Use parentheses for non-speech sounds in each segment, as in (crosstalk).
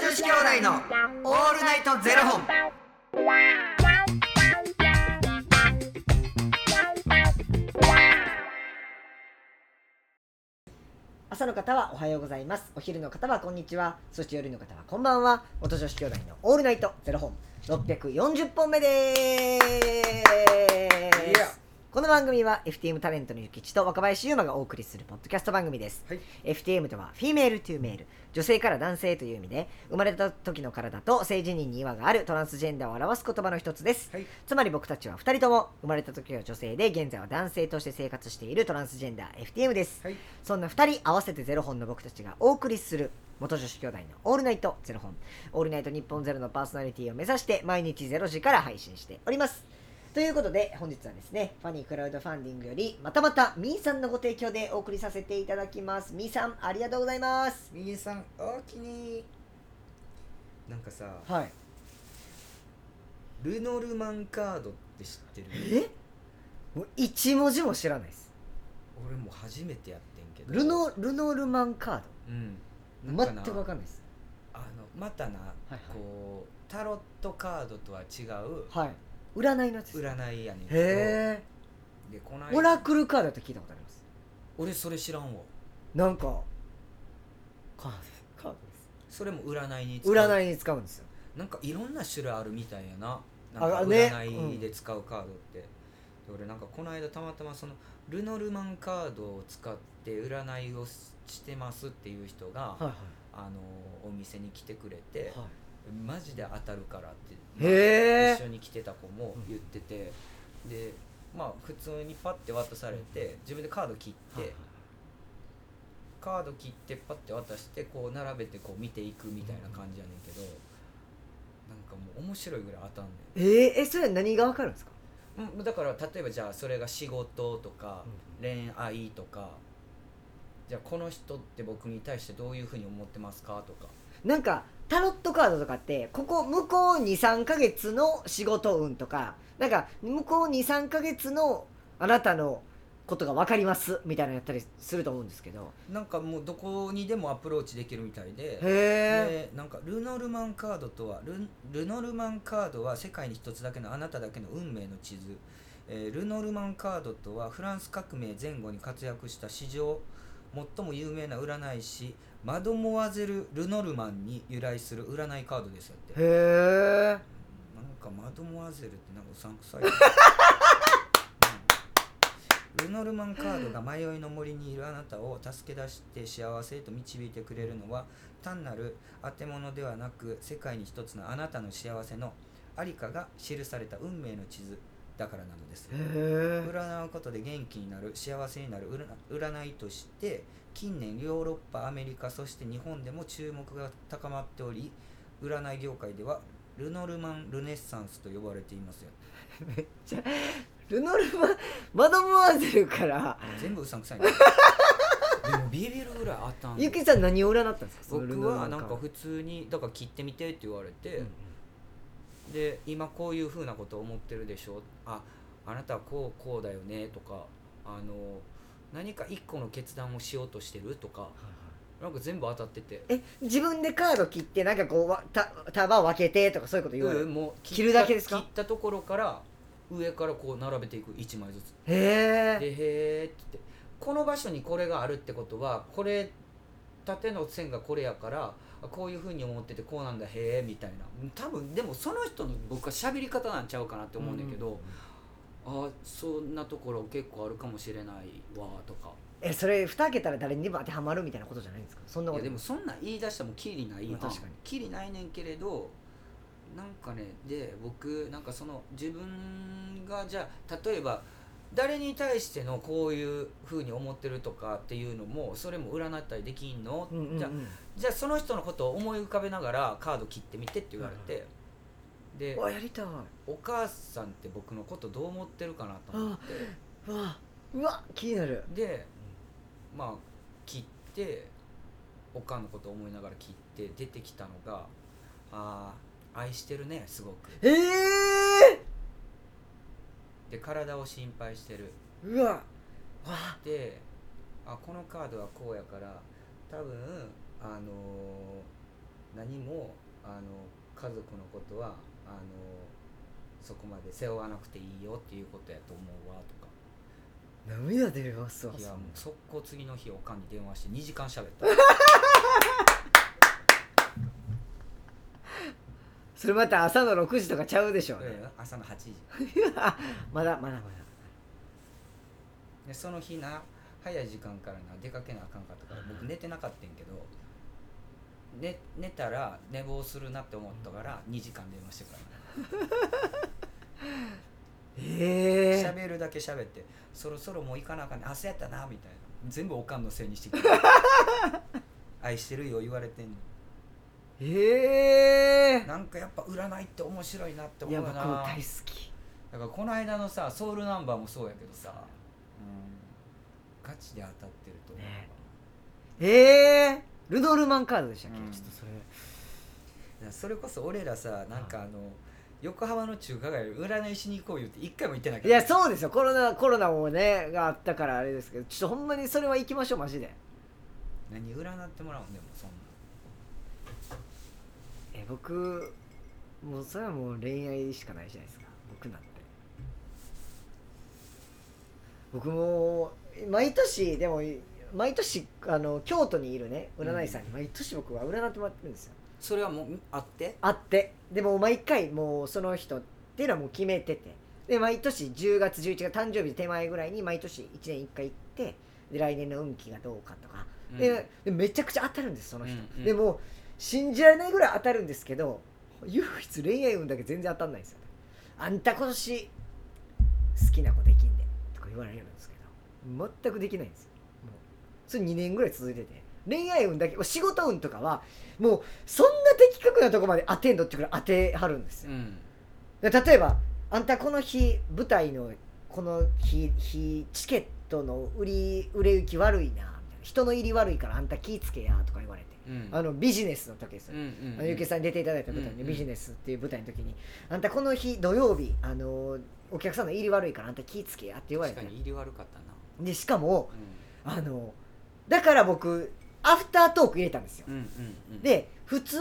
子兄弟のオールナイトゼロ本。朝の方はおはようございますお昼の方はこんにちはそして夜の方はこんばんは元女子兄弟のオールナイトゼロ本640本目ですこの番組は FTM タレントのゆきちと若林優馬がお送りするポッドキャスト番組です、はい FTM とはフィメールトゥーメール女性から男性という意味で生まれた時の体と性自認に違和があるトランスジェンダーを表す言葉の一つです、はいつまり僕たちは2人とも生まれた時は女性で現在は男性として生活しているトランスジェンダー FTM です、はいそんな2人合わせてゼロ本の僕たちがお送りする元女子兄弟の「オールナイトゼロ本」「オールナイト日本ゼロのパーソナリティを目指して毎日ゼロ時から配信しておりますということで本日はですねファニークラウドファンディングよりまたまたみーさんのご提供でお送りさせていただきますみーさんありがとうございますみーさん、おおきに。なんかさ、はいルノルマンカードって知ってる。えもう一文字も知らないです俺もう初めてやってんけど。ル。ノルノルマンカーうん。ドなん全なく分かんないですあの、またな、いはいこう、タロットカードとは違う。はい占いのやつです占いやねんけど。へで、こえなオラクルカードって聞いたことあります俺それ知らんわ。なんかカードカードでそれも占いにす使う。占いに使うんですよなんかいろんな種類あるみたいやなあなんかね占いで使うカードって、で俺なんかこの間たまたまそのルノルマンカードを使って占いをししてますっていう人が、はいはあのお店に来てくれて、はマジで当たるからって、いへ一緒えに来てた子も言ってて、でまあ普通にパッて渡されて自分でカード切って、カード切ってパッて渡してこう並べてこう見ていくみたいな感じやねんけど、なんかもう面白いぐらい当たんねんえー、えそれは何がわかるんですかうん、だから例えばじゃあそれが仕事とか恋愛とかじゃあこの人って僕に対してどういうふうに思ってますかとかなんかタロットカードとかってここ向こう23ヶ月の仕事運とかなんか向こう23ヶ月のあなたのことが分かりますみたいなのやったりすると思うんですけどなんかもうどこにでもアプローチできるみたいでへえでなんかルノルマンカードとはルルノルマンカードは世界に一つだけのあなただけの運命の地図、えールノルマンカードとはフランス革命前後に活躍した史上最も有名な占い師マドモアゼル・ルノルマンに由来する占いカードですよってへえなんかマドモアゼルってなんかうさんくさい、ねうんルノルマンカードが迷いの森にいるあなたを助け出して幸せへと導いてくれるのは単なる当て物ではなく世界に一つのあなたの幸せのありかが記された運命の地図だからなのですへえ占うことで元気になる幸せになる占占いとして近年ヨーロッパアメリカそして日本でも注目が高まっており占い業界ではルノルマン・ルネッサンスと呼ばれていますよめっちゃルノルマ (laughs) マドモアゼルから全部うさんくさいね (laughs) でもビビるぐらいあったんゆきさん何を占ったんですかそのル僕ノルマはンなんカードか普通にだから切ってみてって言われて、うんで今こういうふうなことを思ってるでしょああなたはこうこうだよねとかあの何か一個の決断をしようとしてるとかなんか全部当たっててえ自分でカード切ってなんかこうわた束を分けてとかそういうこと言われる、うんもう切るだけですか切ったところから上からこう並べていく1枚ずつへえでへーって言ってこの場所にこれがあるってことはこれ縦の線がこれやからあこういうふうに思っててこうなんだへえみたいな多分でもその人の僕は喋り方なんちゃうかなって思うねんだけど、ああそんなところ結構あるかもしれないわとかえそれ蓋開けたら誰にでも当てはまるみたいなことじゃないんですかそんないこやとでもそんなん言い出したらもうキリないやんまあ確かにキリないねんけれどなんかねで僕なんかその自分がじゃあ例えば誰に対してのこういうふうに思ってるとかっていうのもそれも占ったりできんの、うんうんうんじゃあじゃあその人のことを思い浮かべながらカード切ってみてって言われて、でうわやりたいわお母さんって僕のことどう思ってるかなと思ってあうわ気になるでまあ切っておかんのことを思いながら切って出てきたのが「あー愛してるねすごくええ」で体を心配してるー、うわうわであこのカードはこうやから多分あのー何もあの家族のことはあのそこまで背負わなくていいよっていうことやと思うわとか涙出ますわいやもう速攻次の日おかんに電話して2時間喋ったそれまた朝の6時とかちゃうでしょうね、うん朝の8時 (laughs) まだまだまだでその日な早い時間からな出かけなあかんかったから僕寝てなかったんけど、ね、寝たら寝坊するなって思ったから2時間電話してからええ喋るだけ喋ってそろそろもう行かなあかんね朝やったなみたいな全部おかんのせいにして (laughs) きて愛してるよ言われてんのええなんかやっぱ占いって面白いなってい思やう僕なも大好きだからこの間のさソウルナンバーもそうやけどさ、ガチで当たってると思うわ、ねええルノールマンカードでしたっけ、うんちょっとそれだからそれこそ俺らさなんかあの横浜の中華街占いしに行こう言って一回も行ってないかいらやそうですよコロナコロナもねがあったからあれですけどちょっとほんまにそれは行きましょうマジで何占ってもらうんでもそんなえ僕もうそれはもう恋愛しかないじゃないですか僕なんて僕も毎年でも毎年あの京都にいるね占い師さんに毎年僕は占ってもらってるんですよそれはもうあってあってでも毎回もうその人っていうのはもう決めててで毎年10月11月誕生日手前ぐらいに毎年1年1回行ってで来年の運気がどうかとかででめちゃくちゃ当たるんですその人、うんうんでも信じられないぐらい当たるんですけど唯一恋愛運だけ全然当たんないんですよねあんた今年好きな子できんでとか言われるんですけど全くできないんですよもうそれ2年ぐらい続いてて恋愛運だけ仕事運とかはもうそんな的確なとこまで当てんのってくらい当てはるんですようんで例えば「あんたこの日舞台のこの日日チケットの売り売れ行き悪いな」みたいな「人の入り悪いからあんた気ぃつけや」とか言われて、うんあのビジネスの時ですうよ、んうんあのゆうけさんに出ていただいた舞台うんで、うんビジネスっていう舞台の時に「あんたこの日土曜日あのお客さんの入り悪いからあんた気ぃつけや」って言われ確てかに入り悪かったなでしかもうあのだから僕アフタートーク入れたんですよんうんうんうんで普通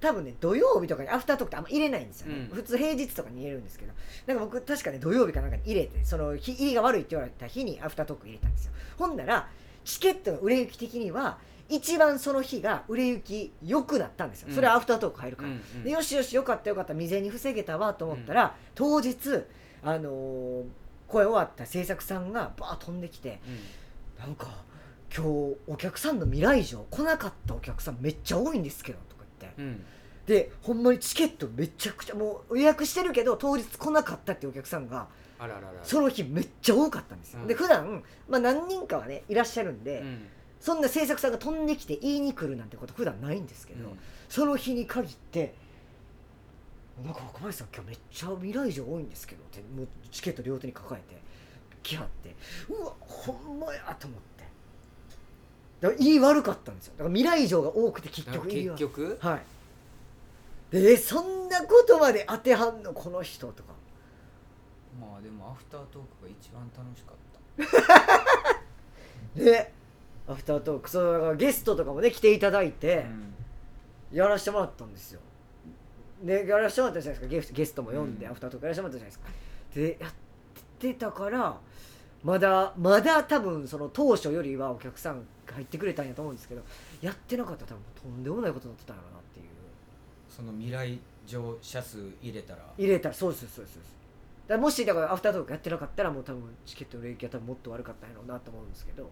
多分ね土曜日とかにアフタートークってあんま入れないんですよね、うん普通平日とかに入れるんですけどなんか僕確かね土曜日かなんかに入れてその日入りが悪いって言われた日にアフタートーク入れたんですよほんならチケットの売れ行き的には一番その日が売れ行き良くなったんですよそれはアフタートーク入るから、うんうんでよしよしよかったよかった未然に防げたわと思ったら、当日あのー声終わった制作さんがバーッ飛んできてなんか今日お客さんの未来城来なかったお客さんめっちゃ多いんですけどとか言ってうんうんでほんまにチケットめちゃくちゃもう予約してるけど当日来なかったっていうお客さんがあららららその日めっちゃ多かったんですよ、うんで普段まあ何人かはねいらっしゃるんで、うんそんな制作さんが飛んできて言いに来るなんてこと普段ないんですけど、うんその日に限ってなんか若林さん今日めっちゃ未来城多いんですけどってもうチケット両手に抱えて来はってうわほんまやと思ってだから言い悪かったんですよだから未来城が多くて結だから局言い結悪局はいでえそんなことまで当てはんのこの人とかまあでもアフタートークが一番楽しかったでアフタートークそうだからゲストとかもね来ていただいて、うんやらしてもらったんですよでやらしてもらったじゃないですかゲスゲストも読んで、うんアフタートークやらしてもらったじゃないですかでやってたからまだまだ多分その当初よりはお客さんが入ってくれたんやと思うんですけどやってなかったら多分とんでもないことになってたんやろなっていうその未来乗車数入れたら入れたらそうですそうですそうですだからもしだからアフタートークやってなかったらもう多分チケットの売れ行きは多分もっと悪かったんやろうなと思うんですけど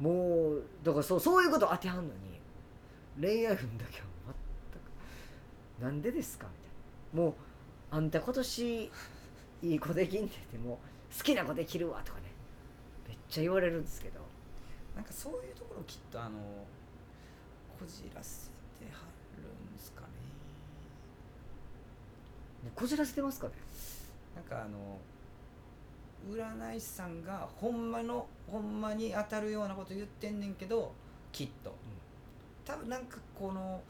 うんもうだからそうそういうこと当てはんのに恋愛運だけは全くなんでですかみたいなもうあんた今年いい子できんでってもう好きな子できるわとかねめっちゃ言われるんですけどなんかそういうところきっとあのこじらせてはるんですかねもうこじらせてますかねなんかあの占い師さんがほんまのほんまに当たるようなこと言ってんねんけどきっと、多分なんかこの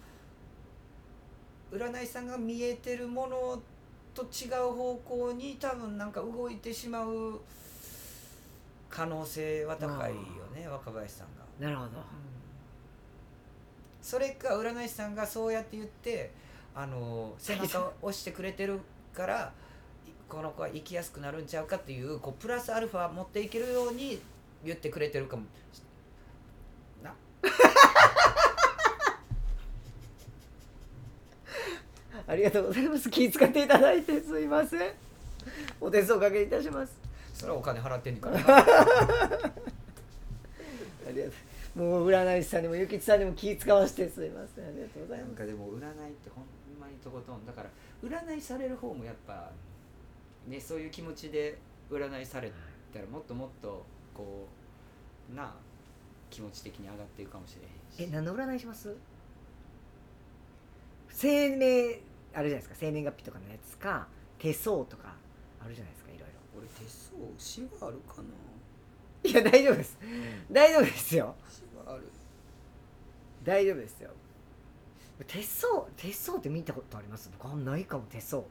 占い師さんが見えてるものと違う方向に多分なんか動いてしまう可能性は高いよね若林さんが、なるほどうんそれか占い師さんがそうやって言ってあの背中を押してくれてるからいこの子は生きやすくなるんちゃうかっていうこうプラスアルファ持っていけるように言ってくれてるかもしなありがとうございます気遣っていただいてすいませんお手数おかけいたしますそれはお金払ってんねんからなありがとうもう占い師さんにもゆきちさんにも気遣わしてすいませんありがとうございなんますかでも占いってほんまにとことんだから占いされる方もやっぱねそういう気持ちで占いされたらもっともっとこうなあ気持ち的に上がっていくかもしれえへんし何の占いします生命あるじゃないですか生年月日とかのやつか手相とかあるじゃないですかいろいろ俺手相詩はあるかないや大丈夫です大丈夫ですよ詩はある大丈夫ですよ手相手相って見たことあります僕あんまないかも手相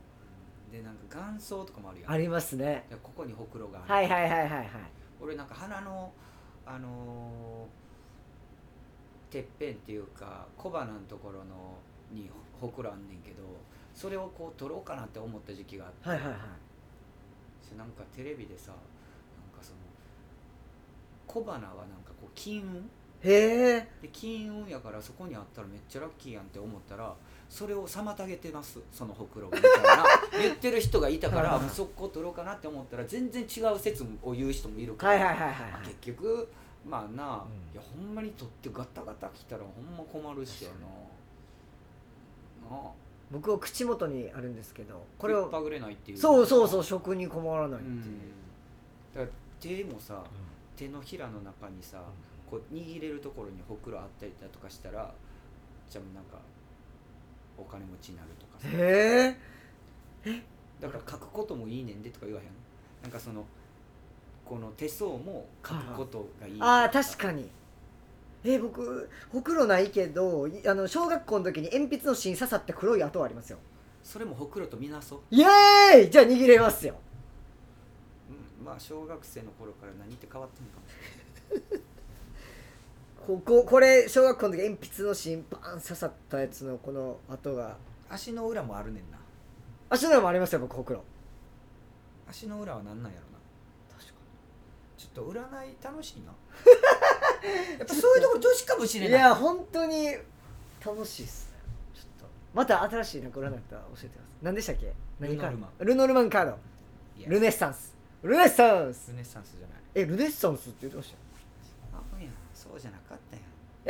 でなんか眼相とかもあるやんありますねでここにほくろがある、はいはいはいはいはい俺なんか鼻のあのーてっぺんっていうか小鼻のところのにほくろあんねんけどそれをこう取ろうかなって思った時期があって、はいはいはいそれなんかテレビでさなんかその小鼻はなんかこう金運へえで金運やからそこにあったらめっちゃラッキーやんって思ったらそれを妨げてますそのほくろがみたい (laughs) な言ってる人がいたかはいはらいはいもうそこ取ろうかなって思ったら全然違う説を言う人もいるから、はいはいはいはいはまあい結局まあなあ、うんいやほんまに取ってガタガタきたらほんま困るしやななあ僕は口元にあるんですけどここれれををパぐれないっていうそうそうそう食に困らないっうてんいう、だから手もさ手のひらの中にさ、こう握れるところにほくろあったりだとかしたらじゃあなんかお金持ちになるとかさへえだから書くこともいいねんでとか言わへんなんかそのこの手相も書くことがいいねんとああ確かにえ僕ほくろないけどいあの小学校の時に鉛筆の芯刺さって黒い跡はありますよそれもほくろとみなそう、イエーイじゃあ握れますようん、まあ小学生の頃から何って変わってんのかもしれないこここれ小学校の時鉛筆の芯バーン刺さったやつのこの跡が足の裏もあるねんな足の裏もありますよ僕ほくろ足の裏はなんなんやろなちょっと占い楽しいなやっぱそういうとこ女子かもしれいないや本当に楽しいっすねちょっとまた新しいなんか占いだったら教えてください何でしたっけ何カードルノルノルルママンカードいやルネッサンスルネッサンスルネッサンスじゃないえルネッサンスって言ってましたよあほんやそうじゃなかったや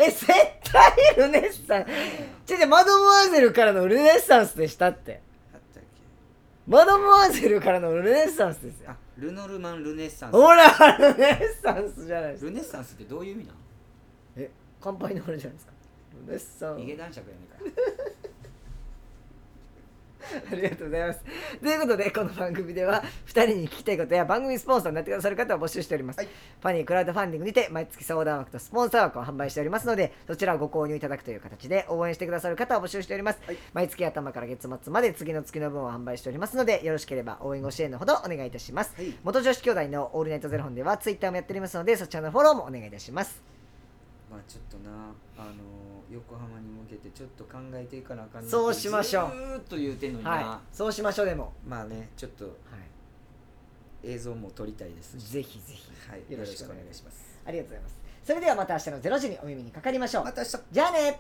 んえ絶対ルネッサンス違う違うマドモアゼルからのルネッサンスでしたってあったっけマドモアゼルからのルネッサンスですよあルノルマン・ルネッサンほらルネッサンスじゃないでスすかルネッサンスってどういう意味なのえ乾杯のあれじゃないですかルネッサン髭ス男爵やねんからありがとうございます。ということで、この番組では、2人に聞きたいことや番組スポンサーになってくださる方を募集しております。はいファニークラウドファンディングにて、毎月相談枠とスポンサー枠を販売しておりますので、そちらをご購入いただくという形で応援してくださる方を募集しております。はい毎月頭から月末まで次の月の分を販売しておりますので、よろしければ応援ご支援のほどお願いいたします。はい元女子兄弟のオールナイトゼロ本では、ツイッターもやっておりますので、そちらのフォローもお願いいたします。まあちょっとなあの横浜に向けてちょっと考えていかなあかんなそうしましょうずーっと言うてんのにな、はい。そうしましょう、でも。まあねちょっとはい。映像も撮りたいですしぜひぜひ。はいよろしくお願いしますありがとうございます。それではまた明日の0時にお耳にかかりましょう。また明日じゃあね